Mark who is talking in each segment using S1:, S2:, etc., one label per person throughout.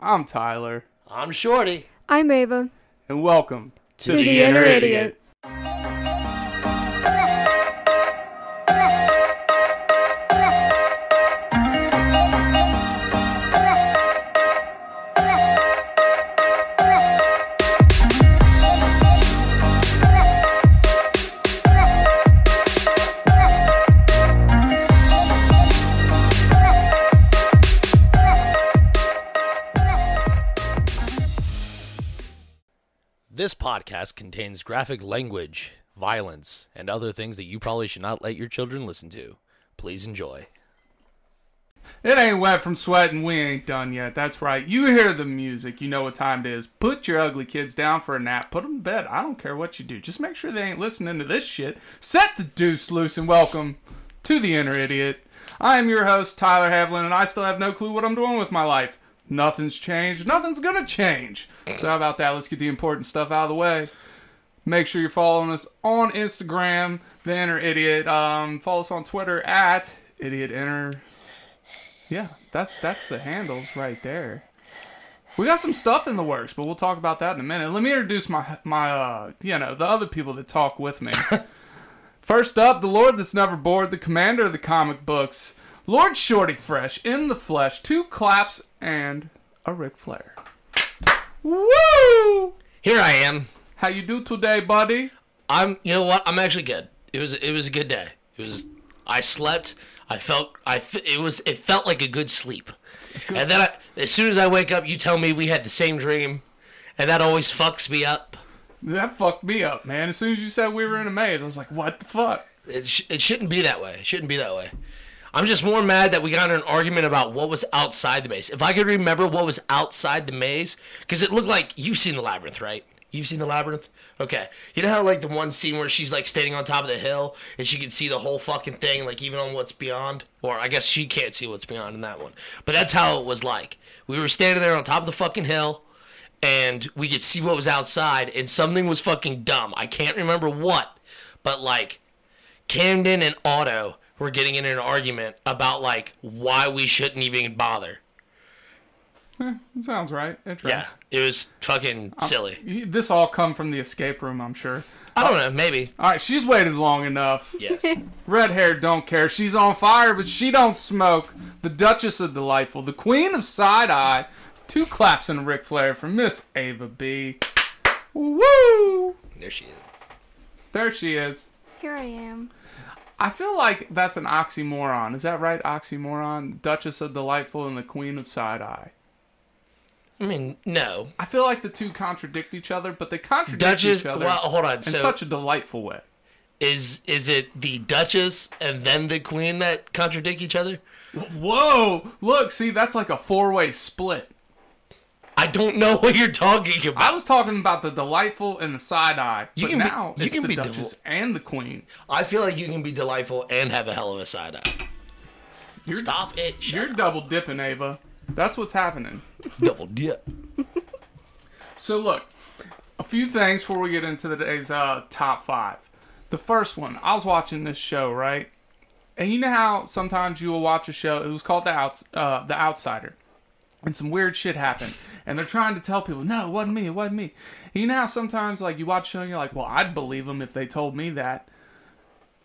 S1: I'm Tyler,
S2: I'm Shorty.
S3: I'm Ava.
S1: and welcome
S3: To the the Inner Inner Idiot. Idiot.
S2: This podcast contains graphic language, violence, and other things that you probably should not let your children listen to. Please enjoy.
S1: It ain't wet from sweat, and we ain't done yet. That's right. You hear the music. You know what time it is. Put your ugly kids down for a nap. Put them to bed. I don't care what you do. Just make sure they ain't listening to this shit. Set the deuce loose, and welcome to the Inner Idiot. I am your host, Tyler Havlin, and I still have no clue what I'm doing with my life. Nothing's changed. Nothing's gonna change. So how about that? Let's get the important stuff out of the way. Make sure you're following us on Instagram, The Inner Idiot. Um, follow us on Twitter at Idiot Inner. Yeah, that that's the handles right there. We got some stuff in the works, but we'll talk about that in a minute. Let me introduce my my uh, you know, the other people that talk with me. First up, the Lord that's never bored, the commander of the comic books, Lord Shorty Fresh in the flesh, two claps and a Ric Flair. Woo!
S2: Here I am.
S1: How you do today, buddy?
S2: I'm. You know what? I'm actually good. It was. It was a good day. It was. I slept. I felt. I. f- It was. It felt like a good sleep. And then, I, as soon as I wake up, you tell me we had the same dream, and that always fucks me up.
S1: That fucked me up, man. As soon as you said we were in a maze, I was like, what the fuck?
S2: It, sh- it shouldn't be that way. It shouldn't be that way. I'm just more mad that we got in an argument about what was outside the maze. If I could remember what was outside the maze, because it looked like you've seen the labyrinth, right? You've seen the labyrinth. Okay. You know how like the one scene where she's like standing on top of the hill and she can see the whole fucking thing, like even on what's beyond. Or I guess she can't see what's beyond in that one. But that's how it was like. We were standing there on top of the fucking hill and we could see what was outside and something was fucking dumb. I can't remember what, but like Camden and Otto were getting in an argument about like why we shouldn't even bother.
S1: Eh, sounds right. Interesting.
S2: Yeah, it was fucking silly.
S1: You- This all come from the escape room, I'm sure.
S2: I don't know, maybe.
S1: All right, she's waited long enough.
S2: Yes.
S1: Red hair don't care. She's on fire, but she don't smoke. The Duchess of Delightful, the Queen of Side Eye. Two claps and a Ric Flair from Miss Ava B. Woo!
S2: there she is.
S1: There she is.
S3: Here I am.
S1: I feel like that's an oxymoron. Is that right? Oxymoron, Duchess of Delightful and the Queen of Side Eye.
S2: I mean, no.
S1: I feel like the two contradict each other, but they contradict
S2: Duchess
S1: each other
S2: well, hold on.
S1: in
S2: So
S1: such a delightful way.
S2: is is it the Duchess and then the Queen that contradict each other?
S1: Whoa! Look, see, that's like a four-way split.
S2: I don't know what you're talking
S1: I
S2: about.
S1: was talking about the delightful and the side eye.
S2: You
S1: but
S2: can be-
S1: now
S2: you
S1: it's
S2: can
S1: the
S2: be
S1: Duchess
S2: devil-
S1: and the Queen.
S2: I feel like you can be delightful and have a hell of a side eye.
S1: You're,
S2: Stop it. Shut
S1: You're
S2: up.
S1: double dipping, Ava. That's what's happening.
S2: double dip.
S1: So look, a few things before we get into today's uh, top five. The first one, I was watching this show, right? And you know how sometimes you will watch a show. It was called the Outs, uh, the Outsider, and some weird shit happened. And they're trying to tell people, no, it wasn't me, it wasn't me. And you know how sometimes like you watch a show and you're like, well, I'd believe them if they told me that.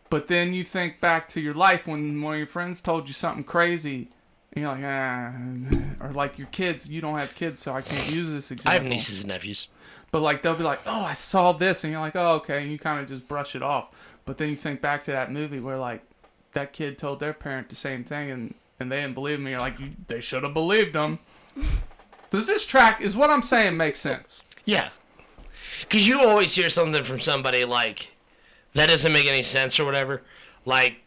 S1: But then you think back to your life when one of your friends told you something crazy. And you're like, ah. or like your kids, you don't have kids, so I can't use this example.
S2: I have nieces and nephews.
S1: But like they'll be like, "Oh, I saw this," and you're like, "Oh, okay," and you kind of just brush it off. But then you think back to that movie where like that kid told their parent the same thing, and and they didn't believe me. You're like, you, "They should have believed them." Does this track? Is what I'm saying make sense?
S2: Yeah. Because you always hear something from somebody like, that doesn't make any sense or whatever. Like,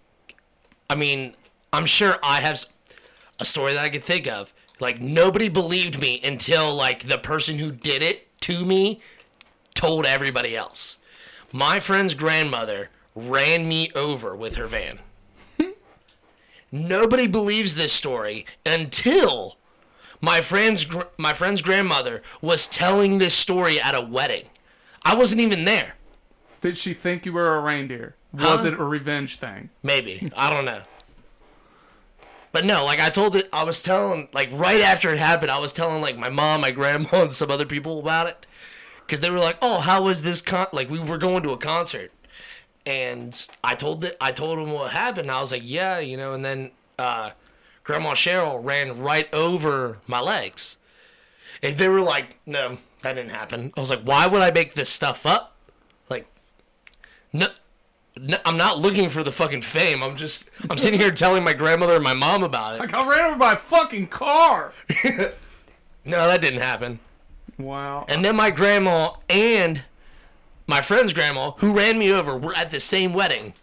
S2: I mean, I'm sure I have s- a story that I could think of. Like, nobody believed me until, like, the person who did it to me told everybody else. My friend's grandmother ran me over with her van. Nobody believes this story until my friend's gr- my friend's grandmother was telling this story at a wedding. I wasn't even there.
S1: Did she think you were a reindeer? Was
S2: Huh?
S1: it a revenge thing?
S2: Maybe I don't know. But no, like I told it, I was telling, like right after it happened, I was telling like my mom, my grandma, and some other people about it. Because they were like, oh, how was this con? Like we were going to a concert. And I told it, I told them what happened. I was like, yeah, you know. And then uh, Grandma Cheryl ran right over my legs. And they were like, no, that didn't happen. I was like, why would I make this stuff up? Like, no, no, I'm not looking for the fucking fame. I'm just I'm sitting here telling my grandmother and my mom about
S1: I
S2: it.
S1: got ran over by a fucking car.
S2: No, that didn't happen.
S1: Wow.
S2: And then my grandma and my friend's grandma, who ran me over, were at the same wedding.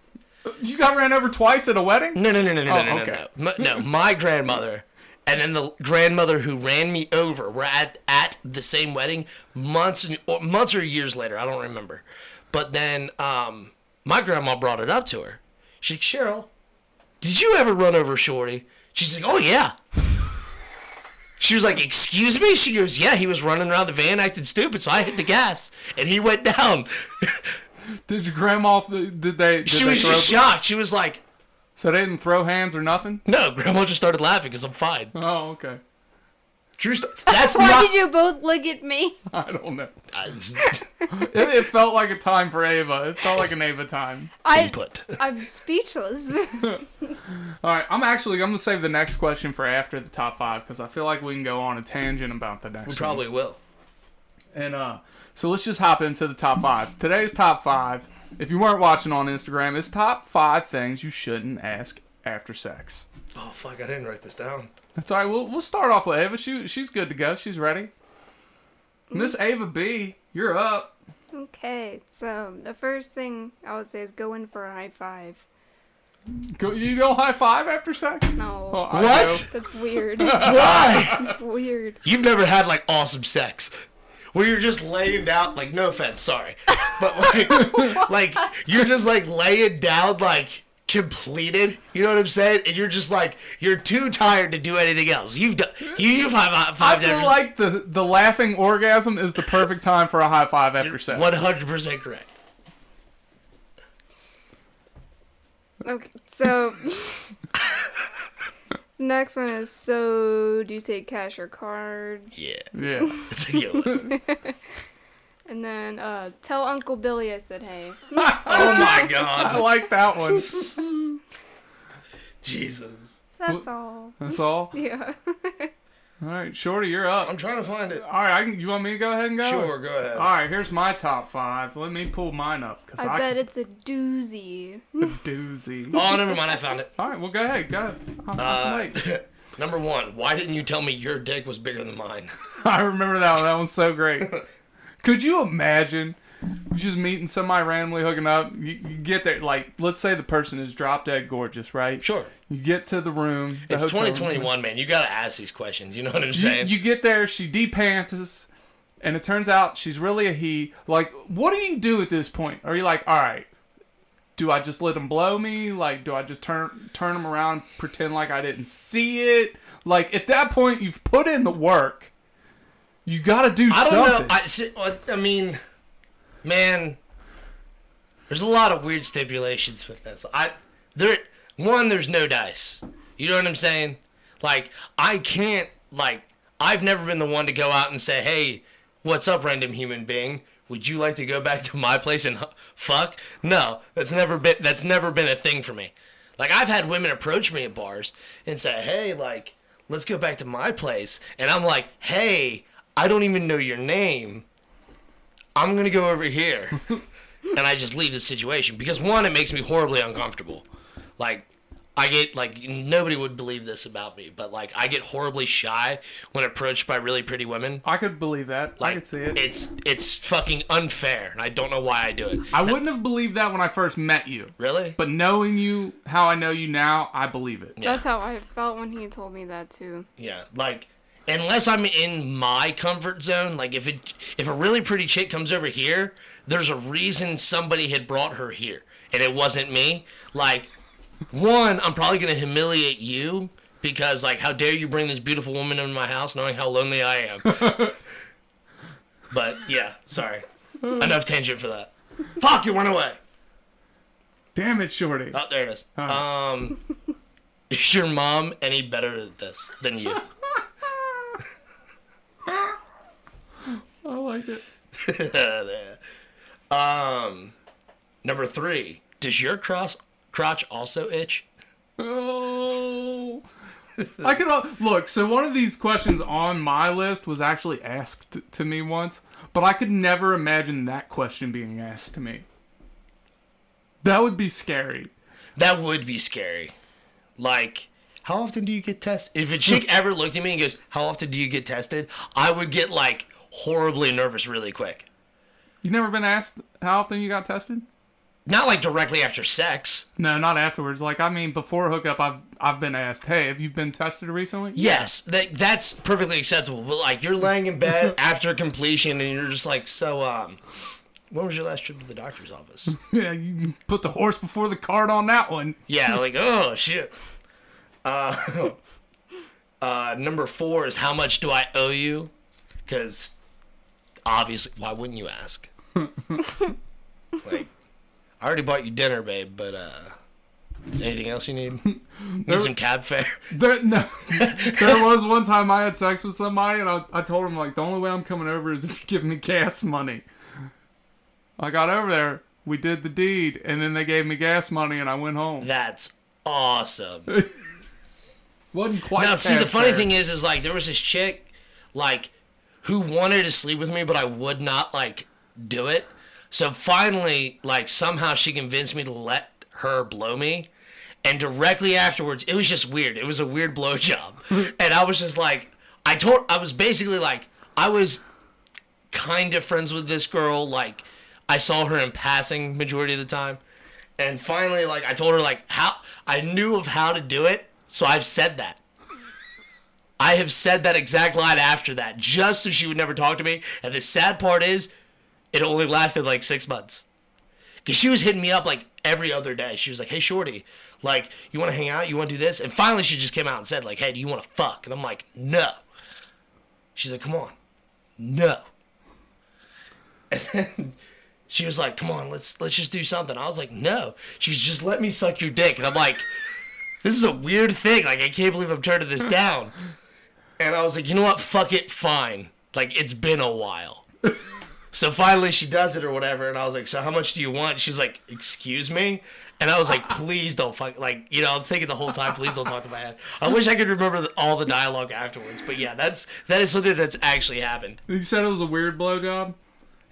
S1: You got ran over twice at a wedding?
S2: No, no, no, no, no,
S1: Oh,
S2: no,
S1: okay.
S2: no, no. M- No, my grandmother and then the grandmother who ran me over were at, at the same wedding months and, or months or years later. I don't remember. But then um, my grandma brought it up to her. She's like, Cheryl, did you ever run over Shorty? She's like, oh, yeah. She was like, excuse me? She goes, yeah, he was running around the van acting stupid, so I hit the gas and he went down.
S1: Did your grandma? Did they? Did
S2: she
S1: they
S2: was
S1: throw,
S2: just shocked. She was like,
S1: So they didn't throw hands or nothing?
S2: no, grandma just started laughing because I'm fine.
S1: Oh, okay.
S2: True sto- That's
S3: Why
S2: not.
S3: did you both look at me?
S1: I don't know.
S2: I-
S1: It, it felt like a time for Ava. It felt like an Ava time.
S3: I,
S2: input.
S3: I'm speechless.
S1: All right, I'm actually I'm gonna save the next question for after the top five because I feel like we can go on a tangent about the next. one.
S2: Probably will.
S1: And uh, so let's just hop into the top five. Today's top five, if you weren't watching on Instagram, is top five things you shouldn't ask after sex.
S2: Oh fuck! I didn't write this down.
S1: That's all right. We'll we'll start off with Ava. She she's good to go. She's ready. Miss Ava B, you're up.
S3: okay, so the first thing I would say is go in for a high five.
S1: Go, you don't high five after sex?
S3: No.
S1: Well, I
S2: What?
S3: That's weird.
S2: Why?
S3: That's weird.
S2: You've never had like awesome sex, where you're just laying down. Like no offense, sorry, but like, like you're just like laying down, like completed. You know what I'm saying? And you're just like you're too tired to do anything else. You've done. You, you've five
S1: I
S2: five
S1: feel like the the laughing orgasm is the perfect time for a high five after sex.
S2: One hundred percent correct.
S3: Okay, so next one is so do you take cash or card?
S2: Yeah.
S1: Yeah.
S2: It's a yo.
S3: And then uh, tell Uncle Billy I said hey.
S2: Oh my
S1: I
S2: god.
S1: like that one.
S2: Jesus.
S3: That's all.
S1: That's all.
S3: Yeah.
S1: All right, Shorty, you're up.
S2: I'm trying to find it.
S1: All right, I can, you want me to go ahead and go?
S2: Sure, go ahead.
S1: Oh. All right, here's my top five. Let me pull mine up because I,
S3: I bet
S1: can
S3: it's a doozy.
S1: doozy.
S2: Oh, never mind. I found it.
S1: All right, well, go ahead. Go ahead. I'm- I'm
S2: Uh,
S1: late.
S2: number one, why didn't you tell me your dick was bigger than mine?
S1: I remember that one. That one's so great. Could you imagine just meeting somebody randomly hooking up? You, you get there, like, let's say the person is drop dead gorgeous, right?
S2: Sure.
S1: You get to the room. the
S2: It's
S1: hotel room.
S2: 2021, man. You gotta ask these questions. You know what I'm
S1: You-
S2: saying?
S1: You, get there, she depantses, and it turns out she's really a he. Like, what do you do at this point? Are you like, all right, do I just let him blow me? Like, do I just turn turn him around, pretend like I didn't see it? Like, at that point, you've put in the work. You gotta do
S2: I don't
S1: something.
S2: know. I, si- I- I mean, man, there's a lot of weird stipulations with this. I there one, there's no dice. You know what I'm saying? Like I can't like I've never been the one to go out and say, "Hey, what's up, random human being? Would you like to go back to my place and hu- fuck?" No, that's never been that's never been a thing for me. Like I've had women approach me at bars and say, "Hey, like, let's go back to my place," and I'm like, "Hey, I don't even know your name. I'm gonna go over here," and I just leave the situation because one, it makes me horribly uncomfortable. Like, I get like nobody would believe this about me, but like I get horribly shy when approached by really pretty women.
S1: I could believe that.
S2: Like,
S1: I could see it.
S2: It's it's fucking unfair, and I don't know why I do it.
S1: I wouldn't have believed that when I first met you.
S2: Really?
S1: But knowing you how I know you now, I believe it.
S2: Yeah.
S3: That's how I felt when he told me that too.
S2: Yeah, like unless I'm in my comfort zone, like if it if a really pretty chick comes over here, there's a reason somebody had brought her here and it wasn't me. Like one, I'm probably going to humiliate you because like how dare you bring this beautiful woman into my house knowing how lonely I am. but yeah, sorry. Enough tangent for that. Fuck, you went away. Uh,
S1: Damn it, Shorty.
S2: Oh, there it is. Um Is your mom any better at this than you?
S1: I like it.
S2: Um, Number three, does your cross crotch also itch?
S1: Oh. I could al- look. So one of these questions on my list was actually asked to me once, but I could never imagine that question being asked to me. That would be scary.
S2: That would be scary. Like, how often do you get tested? If a chick ever looked at me and goes, How often do you get tested? I would get like horribly nervous really quick.
S1: You never been asked how often you got tested?
S2: Not like directly after sex.
S1: No, not afterwards. Like I mean, before hookup, I've I've been asked, "Hey, have you been tested recently?"
S2: Yes, that, that's perfectly acceptable. But like, you're laying in bed after completion and you're just like, So, um, when was your last trip to the doctor's office?
S1: Yeah, you put the horse before the cart on that one.
S2: Yeah, like oh shit. Uh, uh, number four is how much do I owe you? Because obviously, why wouldn't you ask? like, I already bought you dinner, babe. But uh, anything else you need? Need some cab fare?
S1: There, no, there was one time I had sex with somebody, and I, I told him like the only way I'm coming over is if you give me gas money. I got over there, we did the deed, and then they gave me gas money, and I went home.
S2: That's awesome.
S1: wasn't quite.
S2: Now, see, the
S1: cash
S2: funny
S1: there.
S2: thing is, is like there was this chick, like, who wanted to sleep with me, but I would not like do it. So finally, like, somehow she convinced me to let her blow me. And directly afterwards, it was just weird. It was a weird blowjob, and I was just like, I told, I was basically like, I was kind of friends with this girl. Like, I saw her in passing majority of the time. And finally, like, I told her like how I knew of how to do it, so I've said that. I have said that exact line after that, just so she would never talk to me. And the sad part is, it only lasted like six months. Cause she was hitting me up like every other day. She was like, "Hey, shorty, like, you want to hang out? You want to do this?" And finally, she just came out and said, "Like, hey, do you want to fuck?" And I'm like, "No." She's like, "Come on, no." And then she was like, "Come on, let's let's just do something." I was like, "No." She's just let me suck your dick, and I'm like, "This is a weird thing. Like, I can't believe I'm turning this down." And I was like, you know what? Fuck it, fine. Like it's been a while. so finally she does it or whatever, and I was like, so how much do you want? She's like, excuse me. And I was like, please don't fuck. Like you know, I'm thinking the whole time, please don't talk to my head. I wish I could remember the, all the dialogue afterwards, but yeah, that's that is something that's actually happened.
S1: You said it was a weird blowjob.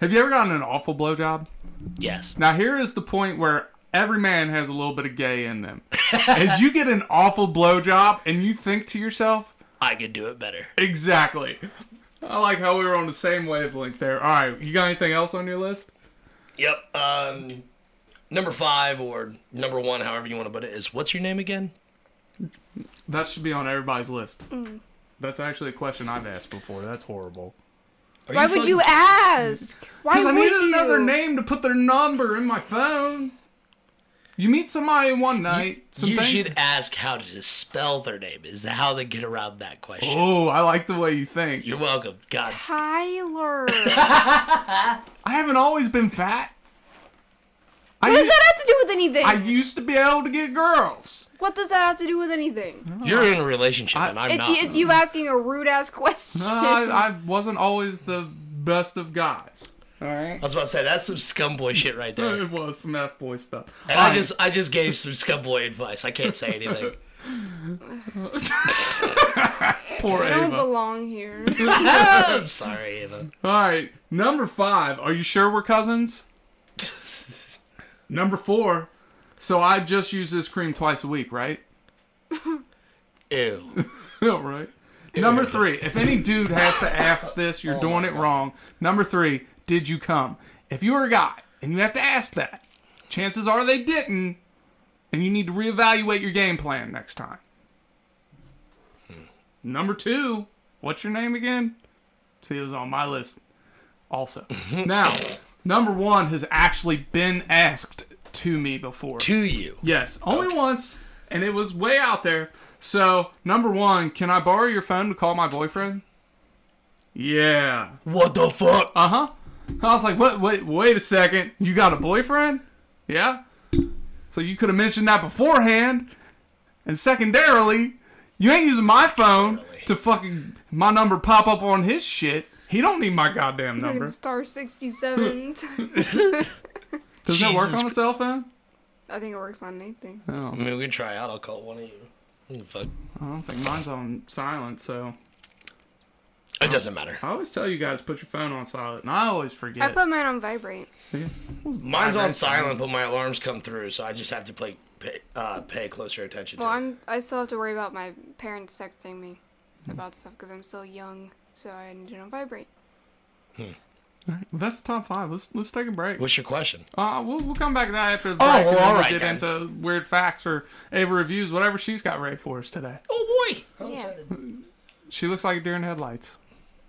S1: Have you ever gotten an awful blowjob?
S2: Yes.
S1: Now here is the point where every man has a little bit of gay in them. As you get an awful blowjob, and you think to yourself,
S2: I could do it better.
S1: exactly. I like how we were on the same wavelength there. All right, you got anything else on your list?
S2: Yep. Um, number five or number one, however you want to put it, is what's your name again?
S1: That should be on everybody's list.
S3: Mm.
S1: That's actually a question I've asked before. That's horrible.
S2: Are
S3: Why would
S2: fucking-
S3: you ask? Why
S1: Because I
S3: would
S1: needed
S3: you?
S1: another name to put their number in my phone. You meet somebody one night. some
S2: you
S1: things-
S2: should ask how to spell their name. Is how they get around that question.
S1: Oh, I like the way you think.
S2: You're welcome. God,
S3: Tyler. what
S1: I haven't always been fat. I,
S3: does
S1: u-
S3: that have to do with anything?
S1: I used to be able to get girls.
S3: what does that have to do with anything?
S2: you're in a relationship, and I'm
S3: It's
S2: not.
S3: it's you asking a rude ass question.
S1: Uh, I, I wasn't always the best of guys. All right.
S2: I was about to say that's some scumboy shit right there.
S1: It was some F boy stuff.
S2: And I just, I just gave some scumboy advice. I can't say anything.
S1: poor
S3: I don't
S1: Ava.
S3: belong here.
S2: I'm sorry, Ava.
S1: All right, number five. Are you sure we're cousins? number four. So I just use this cream twice a week, right?
S2: Ew.
S1: All right. Number three. If any dude has to ask this, you're doing it wrong. Number three. Did you come? If you're a guy and you have to ask that, chances are they didn't, and you need to reevaluate your game plan next time. Number two. What's your name again? See, it was on my list also. now, number one has actually been asked to me before.
S2: To you.
S1: Yes, only once, and it was way out there. So, number one, can I borrow your phone to call my boyfriend? Yeah.
S2: What the fuck?
S1: Uh huh. I was like, what? Wait, wait a second. You got a boyfriend? Yeah. So you could have mentioned that beforehand, And secondarily, you ain't using my phone
S2: Secondarily.
S1: to fucking my number pop up on his shit. He don't need my goddamn number.
S3: Star 67.
S1: Does that work
S2: Jesus
S1: on a
S2: Christ.
S1: cell phone?
S3: I think it works on anything.
S2: I mean, we can try out. I'll call one of you. I don't give a Fuck.
S1: I don't think mine's on silent, so
S2: It doesn't matter.
S1: I always tell you guys put your phone on silent, and I always
S3: I
S1: forget.
S3: put mine on vibrate.
S2: Mine's
S1: Vibrate
S2: on silent, but my alarms come through, so I just have to play, pay, uh, pay closer attention
S3: Well,
S2: to it.
S3: I'm, I still have to worry about my parents texting me
S1: Hmm.
S3: about stuff because I'm still young, so I need it on vibrate.
S1: All right, well, that's the top five. Let's let's take a break.
S2: What's your question?
S1: Uh, we'll, we'll come back to that after the break.
S2: well,
S1: and then
S2: Oh, all
S1: we'll
S2: right
S1: get
S2: then.
S1: into weird facts or Ava reviews, whatever she's got ready for us today.
S2: Oh boy! I'm
S3: Yeah.
S2: excited.
S1: She looks like a deer in headlights.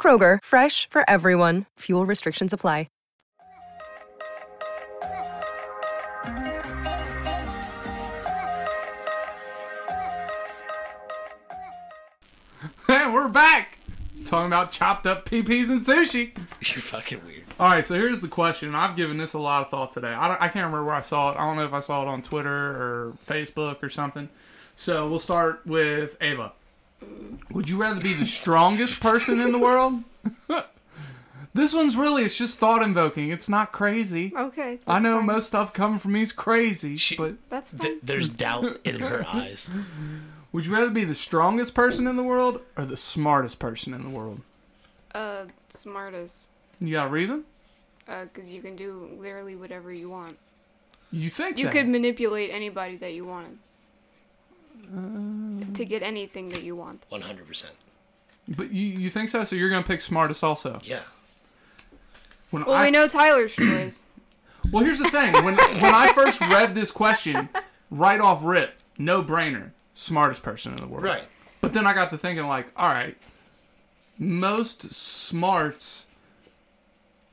S4: Kroger, fresh for everyone. Fuel restrictions apply.
S1: And we're back talking about chopped up PPs and sushi.
S2: You're fucking weird.
S1: All right, so here's the question. I've given this a lot of thought today. I, don't- I can't remember where I saw it. I don't know if I saw it on Twitter or Facebook or something. So we'll start with Ava. Would you rather be the strongest person in the world? this one's really, it's just thought invoking. It's not crazy.
S3: Okay.
S1: I
S3: that's
S1: know
S3: fine.
S1: most stuff coming from me is crazy, but
S3: That's
S2: Th-
S3: fine.
S2: there's doubt in her eyes.
S1: would you rather be the strongest person in the world or the smartest person in the world?
S3: Uh, smartest.
S1: You got a reason?
S3: Uh, because you can do literally whatever you want.
S1: You think
S3: You
S1: that.
S3: could manipulate anybody that you wanted.
S2: Um,
S3: To get anything that you want.
S2: 100%.
S1: But you, you think so? So you're gonna pick smartest also.
S2: Yeah.
S1: When
S3: Well,
S1: I,
S3: we know Tyler's choice.
S1: well, here's the thing. When when I first read this question, right off rip, no brainer, smartest person in the world.
S2: Right.
S1: But then I got to thinking, like, all right, most smarts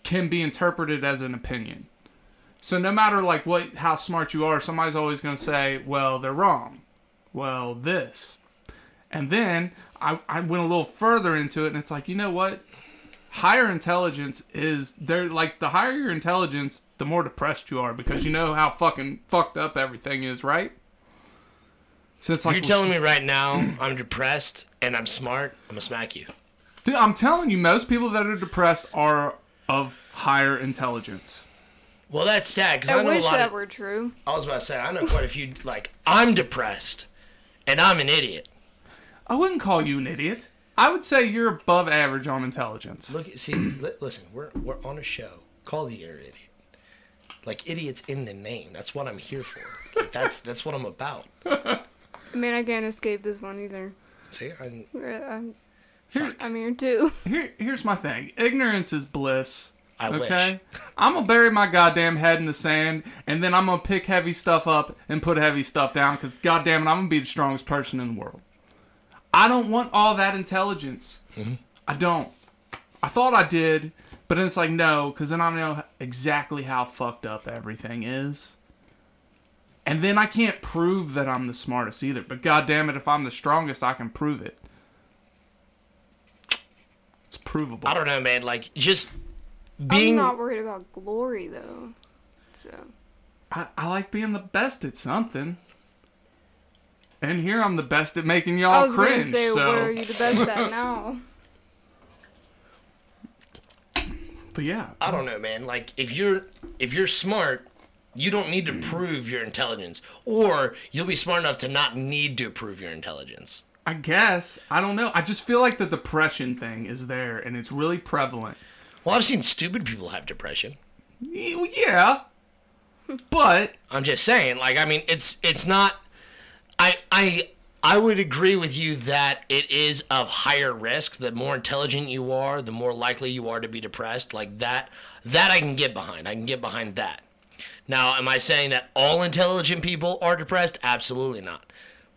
S1: can be interpreted as an opinion. So no matter like what how smart you are, somebody's always going to say, "Well, they're wrong." Well, this. And then I, I went a little further into it, and it's like, you know what? Higher intelligence is there. Like the higher your intelligence, the more depressed you are because you know how fucking fucked up everything is, right? So it's like
S2: You're telling me right now I'm depressed and I'm smart. I'm gonna smack you.
S1: Dude, I'm telling you, most people that are depressed are of higher intelligence.
S2: Well, that's sad because I,
S3: I
S2: know a
S3: wish
S2: lot.
S3: that
S2: of,
S3: were true.
S2: I was about to say I know quite a few. Like I'm depressed and I'm an idiot.
S1: I wouldn't call you an idiot. I would say you're above average on intelligence.
S2: Look, see, li- listen. We're we're on a show. Call the idiot. idiot. Like idiots in the name. That's what I'm here for. Like, that's that's what I'm about.
S3: I mean, I can't escape this one either.
S2: See, I'm,
S3: Uh, I'm,
S1: Here-
S3: I'm here too.
S1: Here, here's my thing ignorance is bliss.
S2: I
S1: Okay? I'm going to bury my goddamn head in the sand, and then I'm going to pick heavy stuff up and put heavy stuff down because, goddamn it, I'm going to be the strongest person in the world. I don't want all that intelligence. I don't. I thought I did, but then it's like, no, because then I know exactly how fucked up everything is. And then I can't prove that I'm the smartest either. But goddamn it, if I'm the strongest, I can prove it. It's provable.
S2: I don't know, man. Like just
S3: I'm
S2: being.
S3: not worried about glory though. So
S1: I, I like being the best at something. And here I'm the best at making y'all
S3: I was
S1: cringe.
S3: gonna say,
S1: so,
S3: what are you the best at now?
S1: but yeah,
S2: I don't know, man. Like if you're if you're smart, you don't need to prove your intelligence, or you'll be smart enough to not need to prove your intelligence.
S1: I guess I don't know. I just feel like the depression thing is there, and it's really prevalent.
S2: Well, I've seen stupid people have depression.
S1: Y- well, Yeah, but
S2: I'm just saying, like I mean, it's it's not. I I I would agree with you that it is of higher risk. The more intelligent you are, the more likely you are to be depressed. Like that that I can get behind. I can get behind that. Now, am I saying that all intelligent people are depressed? Absolutely not.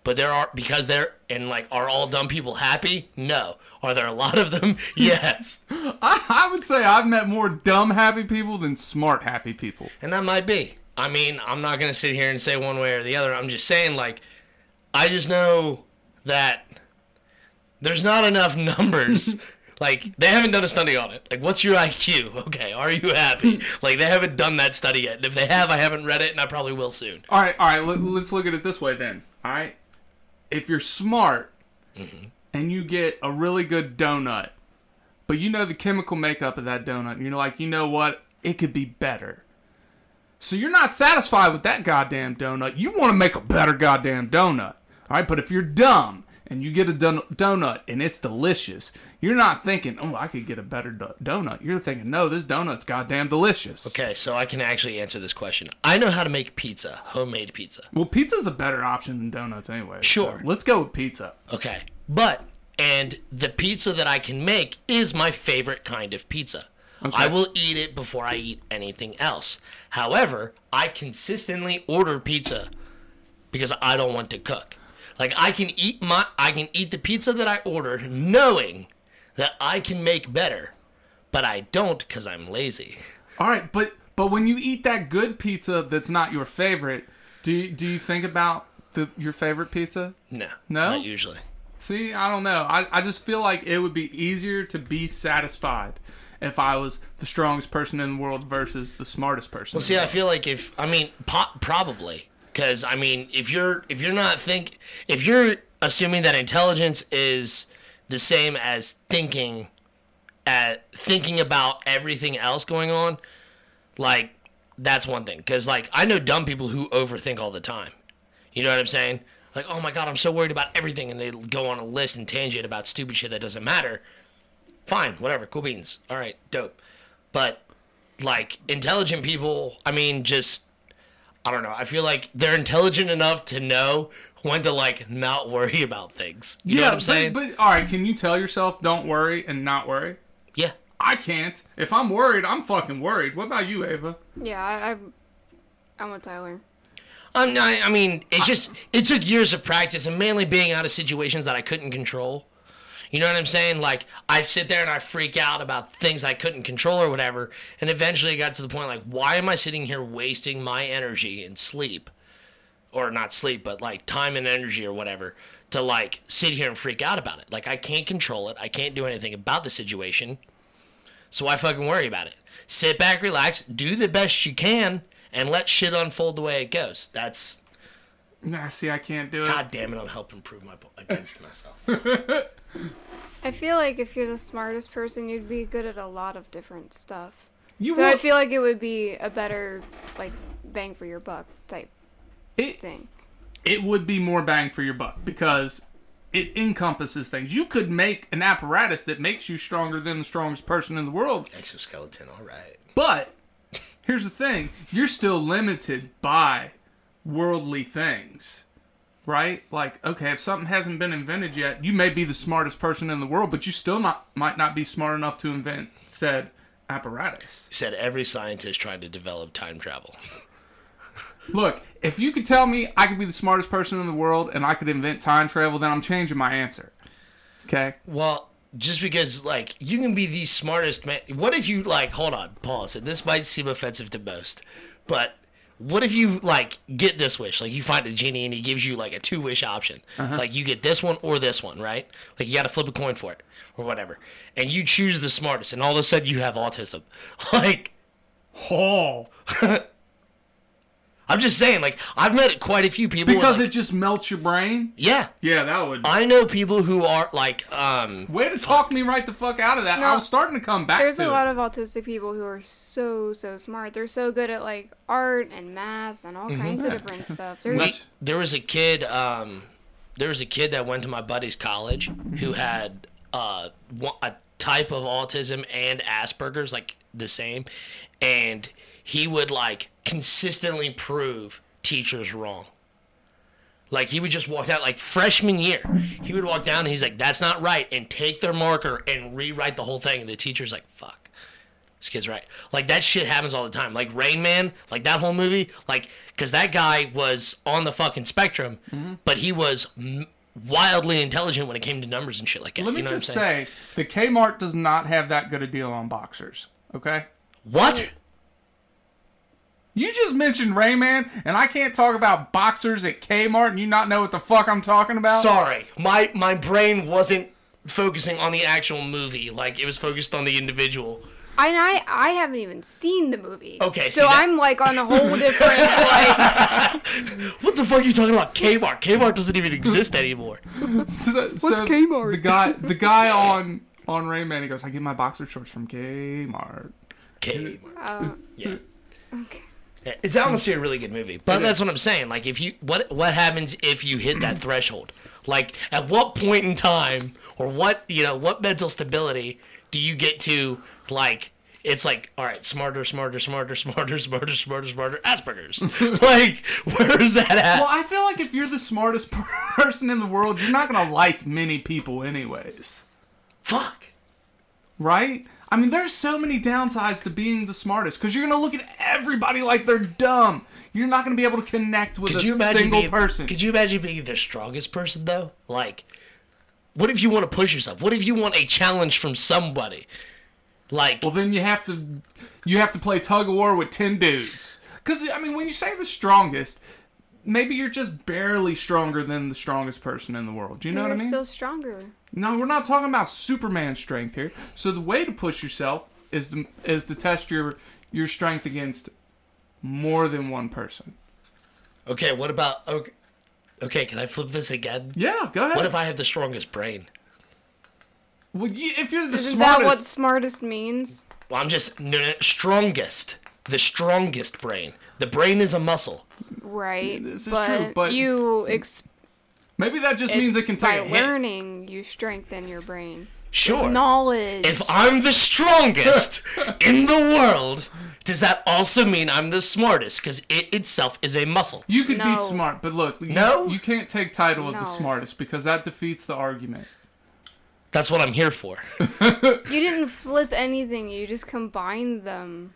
S2: But there are because they're and like are all dumb people happy? No. Are there a lot of them? Yes.
S1: I, I would say I've met more dumb happy people than smart happy people.
S2: And that might be. I mean, I'm not gonna sit here and say one way or the other. I'm just saying like I just know that there's not enough numbers. like they haven't done a study on it. Like what's your IQ? Okay, are you happy? like they haven't done that study yet. And if they have, I haven't read it and I probably will soon.
S1: All right, all right. Let, us look at it this way then. All right, if you're smart and you get a really good donut, but you know the chemical makeup of that donut, and you're like, you know what, it could be better. So you're not satisfied with that goddamn donut. You want to make a better goddamn donut. All right, but if you're dumb and you get a don- donut and it's delicious, you're not thinking, oh, I could get a better do- donut. You're thinking, no, this donut's goddamn delicious.
S2: Okay, so I can actually answer this question. I know how to make pizza, homemade pizza.
S1: Well, pizza's a better option than donuts anyway. so
S2: Sure.
S1: let's go with pizza.
S2: Okay. But and the pizza that I can make is my favorite kind of pizza. I will eat it before I eat anything else. However, I consistently order pizza because I don't want to cook. Like I can eat my I can eat the pizza that I ordered knowing that I can make better, but I don't cuz I'm lazy.
S1: All right, but but when you eat that good pizza that's not your favorite, do you, do you think about the, your favorite pizza?
S2: No.
S1: No?
S2: Not usually.
S1: See, I don't know. I, I just feel like it would be easier to be satisfied if I was the strongest person in the world versus the smartest person.
S2: Well,
S1: in
S2: see,
S1: the
S2: I
S1: world.
S2: feel like if I mean po- probably because I mean if you're if you're not think if you're assuming that intelligence is the same as thinking at thinking about everything else going on, like that's one thing. Because like I know dumb people who overthink all the time. You know what I'm saying? Like, oh my god, I'm so worried about everything, and they go on a list and tangent about stupid shit that doesn't matter. Fine, whatever, cool beans. All right, dope. But like intelligent people, I mean, just I don't know. I feel like they're intelligent enough to know when to like not worry about things. You know what I'm
S1: but-
S2: saying?
S1: But, all right, can you tell yourself don't worry and not worry?
S2: yeah.
S1: I can't. If I'm worried, I'm fucking worried. What about you, Ava?
S3: Yeah, I, I, I'm with Tyler.
S2: I'm not, I mean, it's just it took years of practice and mainly being out of situations that I couldn't control. You know what I'm saying? Like I sit there and I freak out about things I couldn't control or whatever, and eventually it got to the point like, why am I sitting here wasting my energy and sleep, or not sleep, but like time and energy or whatever, to like sit here and freak out about it? Like I can't control it. I can't do anything about the situation. So why fucking worry about it? Sit back, relax, do the best you can, and let shit unfold the way it goes. That's
S1: Nah, see, I can't do it.
S2: god damn it. I'm helping prove my po- against myself.
S3: I feel like if you're the smartest person, you'd be good at a lot of different stuff.
S1: you
S3: so I
S1: will-
S3: feel like it would be a better like bang for your buck type
S1: It-
S3: thing.
S1: it would be more bang for your buck because it encompasses things. You could make an apparatus that makes you stronger than the strongest person in the world,
S2: Exoskeleton. All right.
S1: but here's the thing you're still limited by worldly things, right? Like, okay, if something hasn't been invented yet, you may be the smartest person in the world, but you still not, might not be smart enough to invent said apparatus.
S2: Said every scientist trying to develop time travel.
S1: Look, if you could tell me I could be the smartest person in the world and I could invent time travel, then I'm changing my answer. Okay?
S2: Well, just because like you can be the smartest man. What if you like? Hold on, pause. And this might seem offensive to most, but what if you like get this wish? Like you find a genie and he gives you like a two wish option.
S1: Uh-huh.
S2: Like you get this one or this one, right? Like you got to flip a coin for it or whatever, and you choose the smartest, and all of a sudden you have autism. like
S1: Oh.
S2: I'm just saying, like I've met quite a few people.
S1: Because
S2: like,
S1: it just melts your brain?
S2: yeah.
S1: Yeah, that would.
S2: I know people who are like, um,
S1: Way to talk me right the fuck out of that. I
S3: No.
S1: was starting to come back
S3: There's
S1: to
S3: a lot
S1: it.
S3: of autistic people who are so so smart. They're so good at like art and math and all
S1: Mm-hmm.
S3: kinds of different stuff. They're
S2: we, there was a kid um there was a kid that went to my buddy's college who had uh one- a type of autism and asperger's like the same and he would like consistently prove teachers wrong like he would just walk out like freshman year he would walk down and he's like that's not right and take their marker and rewrite the whole thing and the teacher's like fuck This kid's right. Like that shit happens all the time. Like Rain Man, like that whole movie, like because that guy was on the fucking spectrum,
S1: Mm-hmm.
S2: but he was m- wildly intelligent when it came to numbers and shit like that.
S1: Let me
S2: you know
S1: just
S2: what I'm saying?
S1: say the Kmart does not have that good a deal on boxers. Okay.
S2: what?
S1: You just mentioned Rayman, and I can't talk about boxers at Kmart, and you not know what the fuck I'm talking about.
S2: Sorry, my my brain wasn't focusing on the actual movie. Like it was focused on the individual.
S3: And I, I haven't even seen the movie.
S2: Okay, see
S3: So
S2: that-
S3: I'm like on a whole different like.
S2: What the fuck are you talking about? Kmart. Kmart doesn't even exist anymore.
S1: So, What's
S3: Kmart?
S1: The guy, the guy on on Rayman, he goes, "I get my boxer shorts from Kmart."
S2: Kmart.
S3: Uh,
S2: Yeah.
S3: okay.
S2: Yeah, It's honestly a really good movie, but that's what I'm saying. Like, if you what what happens if you hit that threshold? Like, at what point in time, or what you know, what mental stability do you get to? Like, it's like, all right, smarter, smarter, smarter, smarter, smarter, smarter, smarter. Asperger's. like, where is that at?
S1: Well, I feel like if you're the smartest person in the world, you're not gonna like many people, anyways.
S2: Fuck.
S1: Right? I mean, there's so many downsides to being the smartest because you're gonna look at everybody like they're dumb. You're not gonna be able to connect with
S2: Could
S1: a
S2: you imagine
S1: single
S2: being,
S1: person.
S2: Could you imagine being the strongest person though? Like, what if you want to push yourself? What if you want a challenge from somebody? Like,
S1: Well, then you have to you have to play tug of war with ten dudes. Because I mean, when you say the strongest, maybe you're just barely stronger than the strongest person in the world. Do you know what I
S3: You're
S1: mean?
S3: still stronger.
S1: No, we're not talking about Superman strength here. So the way to push yourself is to, is to test your your strength against more than one person.
S2: okay, what about okay? Okay, can I flip this again?
S1: Yeah, go ahead.
S2: What if I have the strongest brain?
S1: well, you, if you're the
S3: Isn't
S1: smartest,
S3: that what smartest means?
S2: Well, I'm just no, no, strongest. The strongest brain. The brain is a muscle.
S3: Right.
S1: This is
S3: but
S1: true, but-
S3: you ex-
S1: maybe that just means it can
S3: by
S1: take a hit.
S3: learning you strengthen your brain.
S2: Sure.
S3: Knowledge.
S2: If I'm the strongest in the world, does that also mean I'm the smartest? Because it itself is a muscle.
S1: You could be
S3: No.
S1: smart, but look, you,
S2: No?
S1: you can't take title of the
S3: No.
S1: smartest because that defeats the argument.
S2: That's what I'm here for.
S3: you didn't flip anything, you just combined them.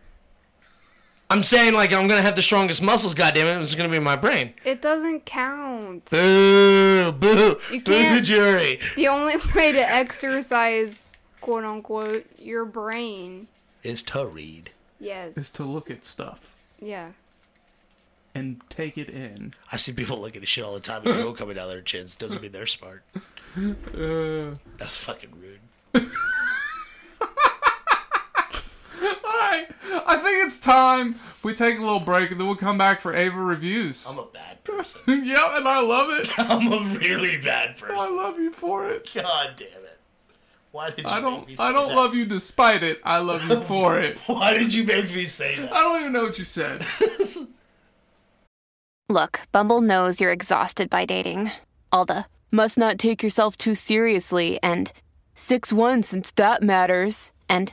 S2: I'm saying like I'm gonna have the strongest muscles. Goddamn it! It's gonna be my brain.
S3: It doesn't count.
S2: Boo! Boo!
S3: You
S2: boo the
S3: can't-
S2: jury.
S3: The only way to exercise, quote unquote, your brain.
S2: Is to read.
S3: Yes.
S1: Is to look at stuff
S3: yeah.
S1: and take it in.
S2: I see people looking at shit all the time and drool coming down their chins. Doesn't mean they're smart.
S1: Uh,
S2: That's fucking rude.
S1: all right, I think it's time we take a little break and then we'll come back for Ava reviews.
S2: I'm a bad person.
S1: yep, and I love it.
S2: I'm a really bad
S1: I
S2: person.
S1: love you for it.
S2: God damn it! Why did you?
S1: I
S2: Make
S1: don't.
S2: me say
S1: I don't
S2: that?
S1: love you despite it. I love you for it.
S2: Why did you make me say that?
S1: I don't even know what you said.
S5: Look, Bumble knows you're exhausted by dating. All the must not take yourself too seriously and 6 1 since that matters. And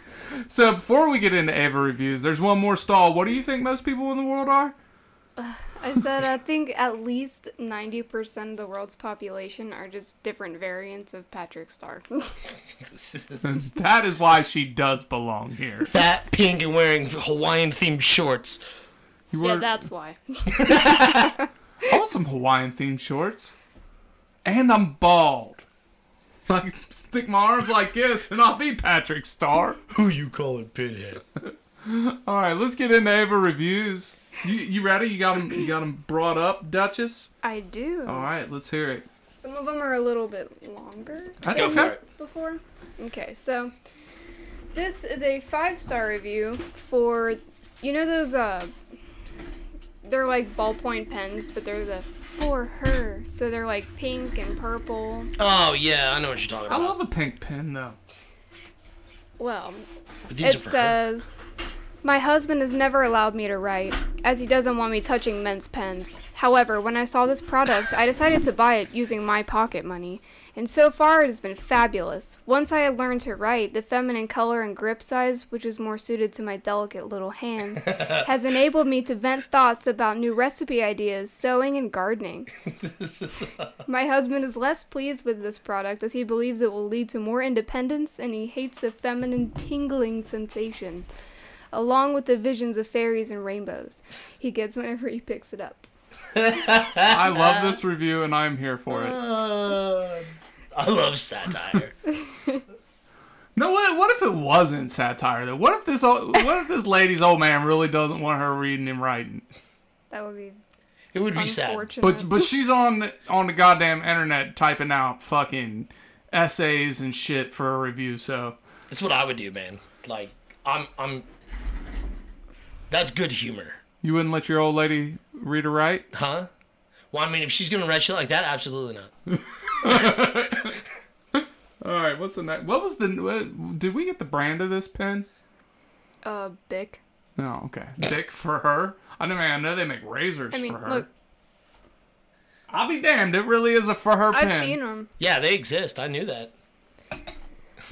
S1: So before we get into Ava reviews, there's one more stall. What do you think most people in the world are?
S3: I said I think at least 90% of the world's population are just different variants of Patrick Star.
S1: That is why she does belong here.
S2: Fat, pink, and wearing Hawaiian themed shorts.
S1: You
S3: yeah,
S1: were
S3: that's why.
S1: I want some Hawaiian themed shorts, and I'm bald. Like stick my arms like this, and I'll be Patrick Star.
S2: Who you calling pinhead?
S1: All right, let's get into Ava reviews. You you ready? You got 'em- You got 'em brought up, Duchess.
S3: I do.
S1: All right, let's hear it.
S3: Some of them are a little bit longer.
S1: That's
S2: Go for
S1: okay.
S2: it.
S3: before? Okay, so this is a five star review for you know those uh they're like ballpoint pens, but they're the for her. So they're like pink and purple.
S2: Oh yeah, I know what you're talking
S1: I
S2: about.
S1: love a pink pen though.
S3: Well,
S2: But these are
S3: it
S2: for her.
S3: says My husband has never allowed me to write, as he doesn't want me touching men's pens. However, when I saw this product, I decided to buy it using my pocket money, and so far it has been fabulous. Once I had learned to write, the feminine color and grip size, which was more suited to my delicate little hands, has enabled me to vent thoughts about new recipe ideas, sewing, and gardening. My husband is less pleased with this product as he believes it will lead to more independence and he hates the feminine tingling sensation, along with the visions of fairies and rainbows he gets whenever he picks it up.
S1: I love this review and I'm here for it.
S2: Uh, I love satire.
S1: No, what, what if it wasn't satire though? What if this old, what if this lady's old man really doesn't want her reading and writing?
S3: That would be
S2: It would be sad.
S3: unfortunate.
S1: But but she's on the, on the goddamn internet typing out fucking essays and shit for a review. So
S2: That's what I would do, man. Like I'm, I'm. That's good humor,
S1: you wouldn't let your old lady read or write?
S2: huh? Well, I mean, if she's gonna write shit like that, absolutely not.
S1: All right, what's the next? What was the what, did we get the brand of this pen?
S3: uh, Bic.
S1: No, okay. Dick for her. I know, man. I know they make razors
S3: I mean,
S1: for her.
S3: look,
S1: I'll be damned. It really is a for her
S3: I've
S1: pen.
S3: seen them.
S2: Yeah, they exist. I knew that.
S1: All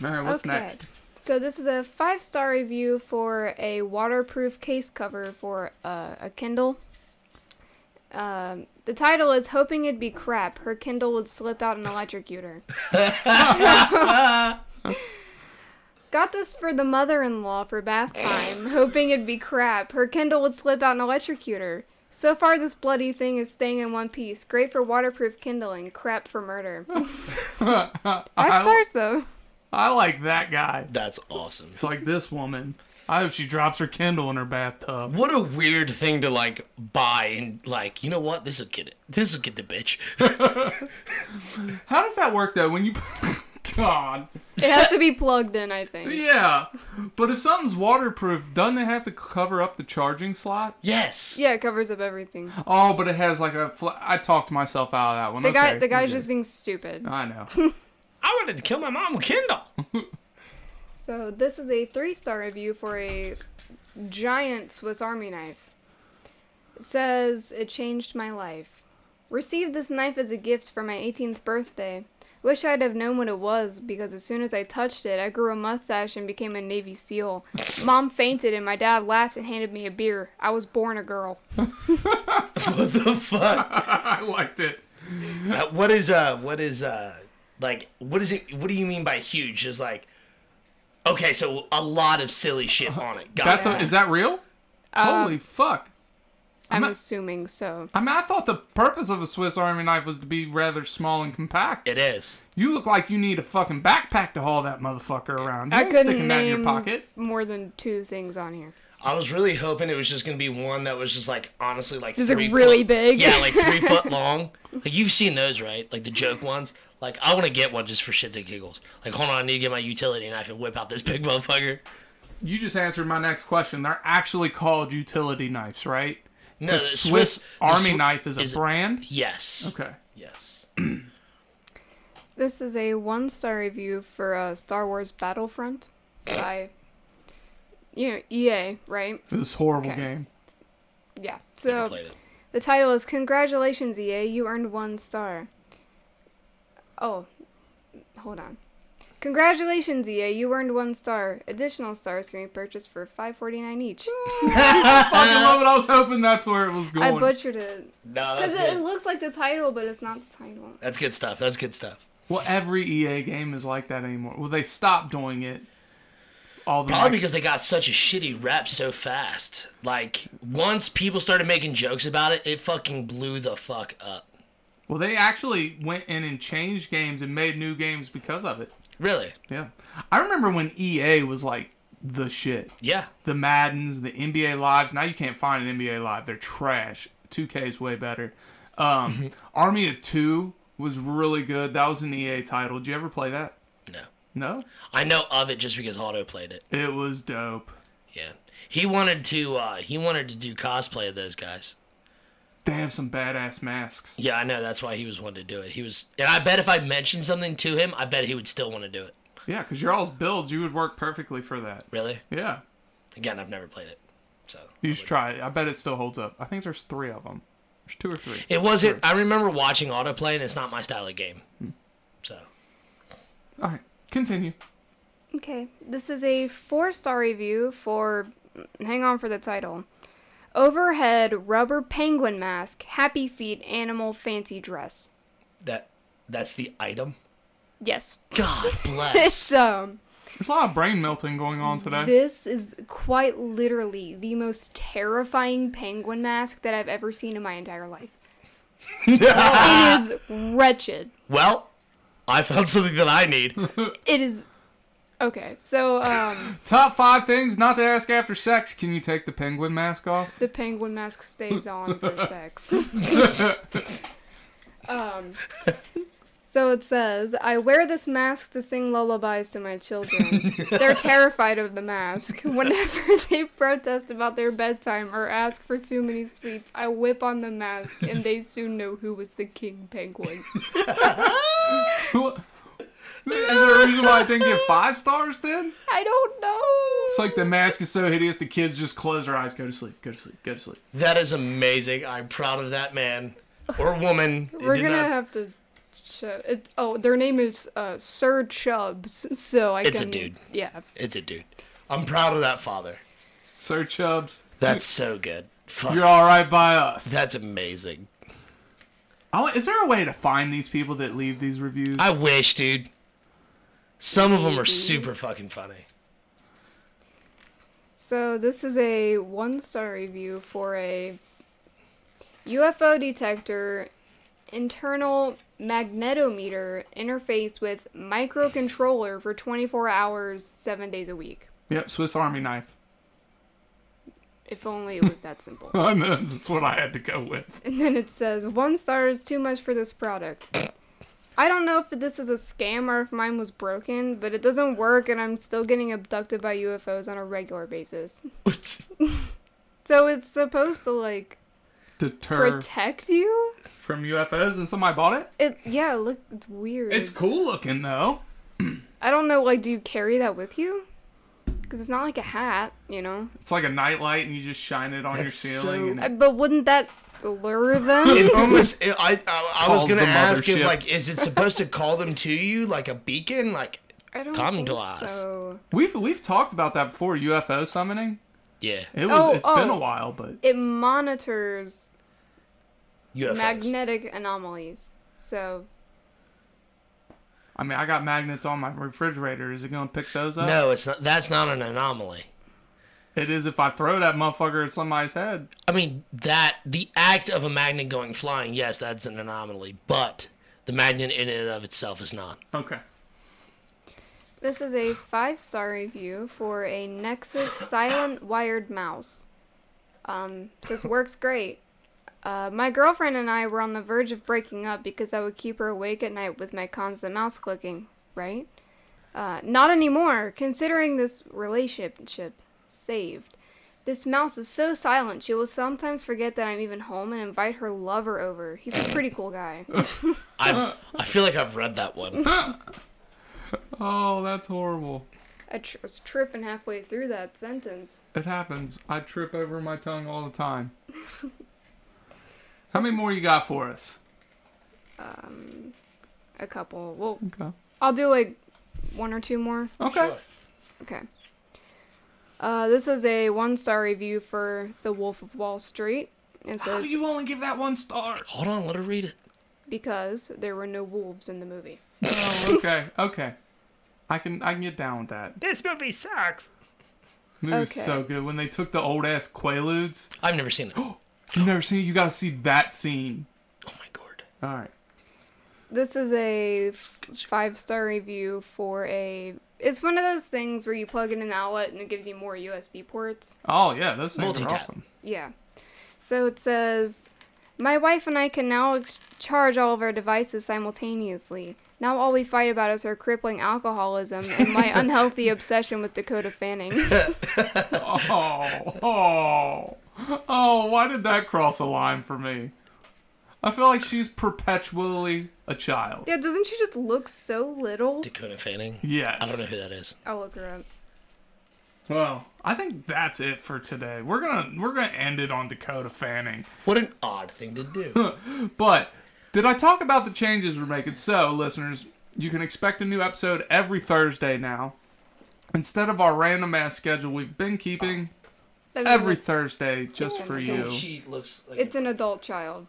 S1: right, what's
S3: Okay.
S1: next?
S3: So this is a five-star review for a waterproof case cover for uh, a Kindle. Um, the title is "Hoping It'd Be Crap." Her Kindle would slip out and electrocute her. Got this for the mother-in-law for bath time. Hoping it'd be crap. Her Kindle would slip out and electrocute her. So far, this bloody thing is staying in one piece. Great for waterproof kindling. Crap for murder. Five stars though.
S1: I like that guy.
S2: That's awesome.
S1: It's like this woman. I hope she drops her Kindle in her bathtub.
S2: What a weird thing to like buy and like. You know what? This will get it. This will get the bitch.
S1: How does that work though? When you, God,
S3: It has to be plugged in, I think.
S1: yeah. But if something's waterproof, doesn't it have to cover up the charging slot?
S2: Yes.
S3: Yeah, it covers up everything.
S1: Oh, but it has like a. Fl- I talked myself out of that one.
S3: The guy,
S1: Okay, Uh.
S3: the guy's
S1: we're
S3: just being stupid.
S1: good. I know.
S2: I wanted to kill my mom with Kindle.
S3: So this is a three-star review for a giant Swiss Army knife. It says it changed my life. Received this knife as a gift for my 18th birthday. Wish I'd have known what it was because as soon as I touched it, I grew a mustache and became a Navy SEAL. Mom fainted and my dad laughed and handed me a beer. I was born a girl.
S2: what the fuck?
S1: I liked it.
S2: Uh, what is uh? What is uh? Like what is it? What do you mean by huge? Is like. Okay, so a lot of silly shit on it. Got
S1: Uh, That's
S2: it.
S1: a, is that real?
S3: Uh,
S1: Holy fuck!
S3: I'm
S1: not-
S3: assuming so.
S1: I mean, I thought the purpose of a Swiss Army knife was to be rather small and compact.
S2: it is.
S1: You look like you need a fucking backpack to haul that motherfucker around. You
S3: I
S1: ain't
S3: couldn't
S1: sticking that in your
S3: name-
S1: pocket.
S3: More than two things on here.
S2: I was really hoping it was just gonna be one that was just like honestly like
S3: Just like
S2: three
S3: really
S2: foot-
S3: big.
S2: Yeah, like three foot long. Like you've seen those, right? Like the joke ones. Like I want to get one just for shits and giggles. Like hold on, I need to get my utility knife and whip out this big motherfucker.
S1: You just answered my next question. They're actually called utility knives, right?
S2: No, the
S1: Swiss,
S2: the
S1: Army
S2: Swi-
S1: knife is a brand.
S2: Yes.
S1: Okay.
S2: Yes.
S3: This is a one star review for uh, Star Wars Battlefront by, you know, EA, right?
S1: This horrible
S3: Okay.
S1: game.
S3: Yeah.
S2: I
S3: So
S2: played it.
S3: the title is Congratulations, EA, you earned one star. Oh, hold on. Congratulations, EA, you earned one star. Additional stars can be purchased for five forty nine each.
S1: Fucking love it. I was hoping that's where it was
S3: I
S1: going.
S3: butchered it.
S2: No, that's
S3: Because it, it
S2: good.
S3: looks like the title, but it's not the title.
S2: That's good stuff. That's good stuff.
S1: well, every EA game is like that anymore. Well, they stopped doing it. All the
S2: Probably because they got such a shitty rep so fast. Like once people started making jokes about it, it fucking blew the fuck up.
S1: well, they actually went in and changed games and made new games because of it.
S2: Really?
S1: Yeah, I remember when EA was like the shit.
S2: Yeah.
S1: the Maddens, the NBA Lives. Now you can't find an NBA Live. They're trash. 2K is way better. Um, Army of Two was really good. That was an EA title. Did you ever play that?
S2: No.
S1: No?
S2: I know of it just because Auto played it.
S1: It was dope.
S2: Yeah. He wanted to uh he wanted to do cosplay of those guys.
S1: They have some badass masks.
S2: Yeah, I know that's why he was wanting to do it. He was and I bet if I mentioned something to him, I bet he would still want to do it.
S1: Yeah, because your all's builds, you would work perfectly for that.
S2: Really?
S1: Yeah.
S2: Again, I've never played it, so
S1: You should try it. I bet it still holds up. I think there's three of them. There's two or three.
S2: it wasn't. I remember watching autoplay, and it's not my style of game. So
S1: All right, continue.
S3: Okay, this is a four star review for. Hang on for the title. Overhead rubber penguin mask, happy feet animal fancy dress.
S2: that that's the item.
S3: Yes.
S2: God bless.
S3: It's, um,
S1: There's a lot of brain melting going on today.
S3: this is quite literally the most terrifying penguin mask that I've ever seen in my entire life. it is wretched.
S2: well, I found something that I need.
S3: It is. Okay, so, um,
S1: Top five things not to ask after sex. Can you take the penguin mask off?
S3: the penguin mask stays on for sex. um, so it says, I wear this mask to sing lullabies to my children. They're terrified of the mask. Whenever they protest about their bedtime or ask for too many sweets, I whip on the mask and they soon know who was the king penguin.
S1: Who- Is there a reason why I didn't get five stars then?
S3: I don't know.
S1: It's like the mask is so hideous, the kids just close their eyes, go to sleep, go to sleep, go to sleep.
S2: that is amazing. I'm proud of that man or woman. It
S3: We're
S2: did
S3: gonna
S2: not-
S3: have to. Show it, oh, their name is uh, Sir Chubbs, so I
S2: It's a
S3: can.
S2: dude.
S3: Yeah,
S2: It's a dude. I'm proud of that father.
S1: Sir Chubbs,
S2: That's so good. Fuck.
S1: you're all right by us.
S2: That's amazing.
S1: I wa- is there a way to find these people that leave these reviews?
S2: I wish, dude. Some of them are super fucking funny.
S3: So this is a one-star review for a UFO detector, internal magnetometer interface with microcontroller for 24 hours, 7 days a week.
S1: Yep, Swiss Army knife.
S3: If only it was that simple.
S1: I know, That's what I had to go with.
S3: And then it says, one star is too much for this product. I don't know if this is a scam or if mine was broken, but it doesn't work and I'm still getting abducted by UFOs on a regular basis. So it's supposed to, like,
S1: Deter
S3: protect you?
S1: from UFOs, and somebody bought it.
S3: It yeah, look, it's weird.
S1: It's cool looking though.
S3: I don't know. Like, do you carry that with you? Because it's not like a hat, you know.
S1: It's like a nightlight, and you just shine it on your
S2: That's
S1: ceiling.
S2: so-
S1: and
S3: Uh,
S1: it-
S3: But wouldn't that lure them?
S2: It almost. It, I, I, I was
S1: Calls
S2: gonna
S1: the
S2: ask if
S1: mothership.
S2: like, is it supposed to call them to you like a beacon? Like,
S3: I don't
S2: Come to
S3: think
S2: us.
S3: So
S1: we've we've talked about that before. UFO summoning.
S2: yeah,
S1: It was.
S3: Oh,
S1: It's been
S3: oh.
S1: a while, but
S3: it monitors
S2: UFOs.
S3: magnetic anomalies. So
S1: I mean, I got magnets on my refrigerator. Is it gonna pick those up?
S2: no, it's not. That's not an anomaly.
S1: It is if I throw that motherfucker at somebody's head.
S2: I mean, that the act of a magnet going flying, yes, that's an anomaly, but the magnet in and of itself is not.
S1: Okay.
S3: this is a five-star review for a Nexus silent wired mouse. Um, says works great. Uh, my girlfriend and I were on the verge of breaking up because I would keep her awake at night with my constant mouse clicking, right? Uh, not anymore, considering this relationship saved. This mouse is so silent, she will sometimes forget that I'm even home and invite her lover over. He's a pretty cool guy.
S2: I I feel like I've read that one.
S1: Mm-hmm. Oh, that's horrible.
S3: I tr- was tripping halfway through that sentence.
S1: It happens. I trip over my tongue all the time. How many more you got for us?
S3: A couple. Well,
S1: Okay.
S3: I'll do like one or two more.
S1: Okay.
S3: Okay. Uh, this is a one star review for The Wolf of Wall Street. It
S1: How
S3: says
S1: do Oh, you only give that one star?
S2: Hold on, let her read it.
S3: because there were no wolves in the movie.
S1: Oh, okay, okay. I can I can get down with that.
S6: This movie sucks.
S1: Movie was
S3: Okay.
S1: so good when they took the old ass Quaaludes.
S2: I've never seen it. Oh
S1: You've never seen it. You gotta see that scene.
S2: my god.
S1: All right.
S3: This is a five star review for a. It's one of those things where you plug in an outlet and it gives you more USB ports.
S1: Oh yeah, those things are
S2: Multitap.
S1: awesome.
S3: Yeah. So it says, My wife and I can now ex- charge all of our devices simultaneously. Now all we fight about is her crippling alcoholism and my unhealthy obsession with Dakota Fanning.
S1: Oh, oh, oh! Why did that cross a line for me? I feel like she's perpetually a child.
S3: yeah, doesn't she just look so little? Oh,
S2: Dakota Fanning.
S1: Yes.
S2: I don't know who that is.
S3: I'll look her up.
S1: Well, I think that's it for today. We're gonna we're gonna end it on Dakota Fanning.
S2: What an odd thing to do.
S1: But did I talk about the changes we're making? So, listeners, you can expect a new episode every Thursday now. Instead of our random ass schedule we've been keeping
S3: That is-
S1: every Thursday just for you.
S2: she looks like
S3: It's an adult child.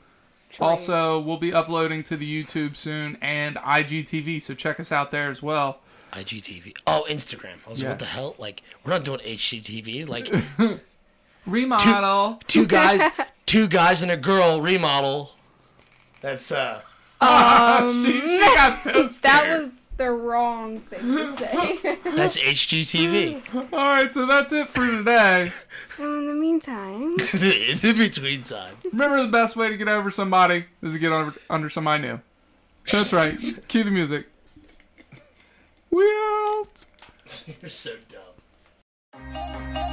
S3: train.
S1: Also, we'll be uploading to the YouTube soon and IGTV, so check us out there as well.
S2: IGTV. Oh, Instagram. I was like,
S1: Yes.
S2: what the hell? Like, we're not doing HGTV. Like,
S1: Remodel.
S2: two guys, two guys and a girl remodel. That's uh.
S1: she, she got so scared.
S3: That was the wrong thing to say.
S2: That's HGTV.
S1: All right, so that's it for today.
S3: so in the meantime,
S2: it's in between time.
S1: Remember, the best way to get over somebody is to get over, under somebody new. That's right. Cue the music. We out.
S2: You're so dumb.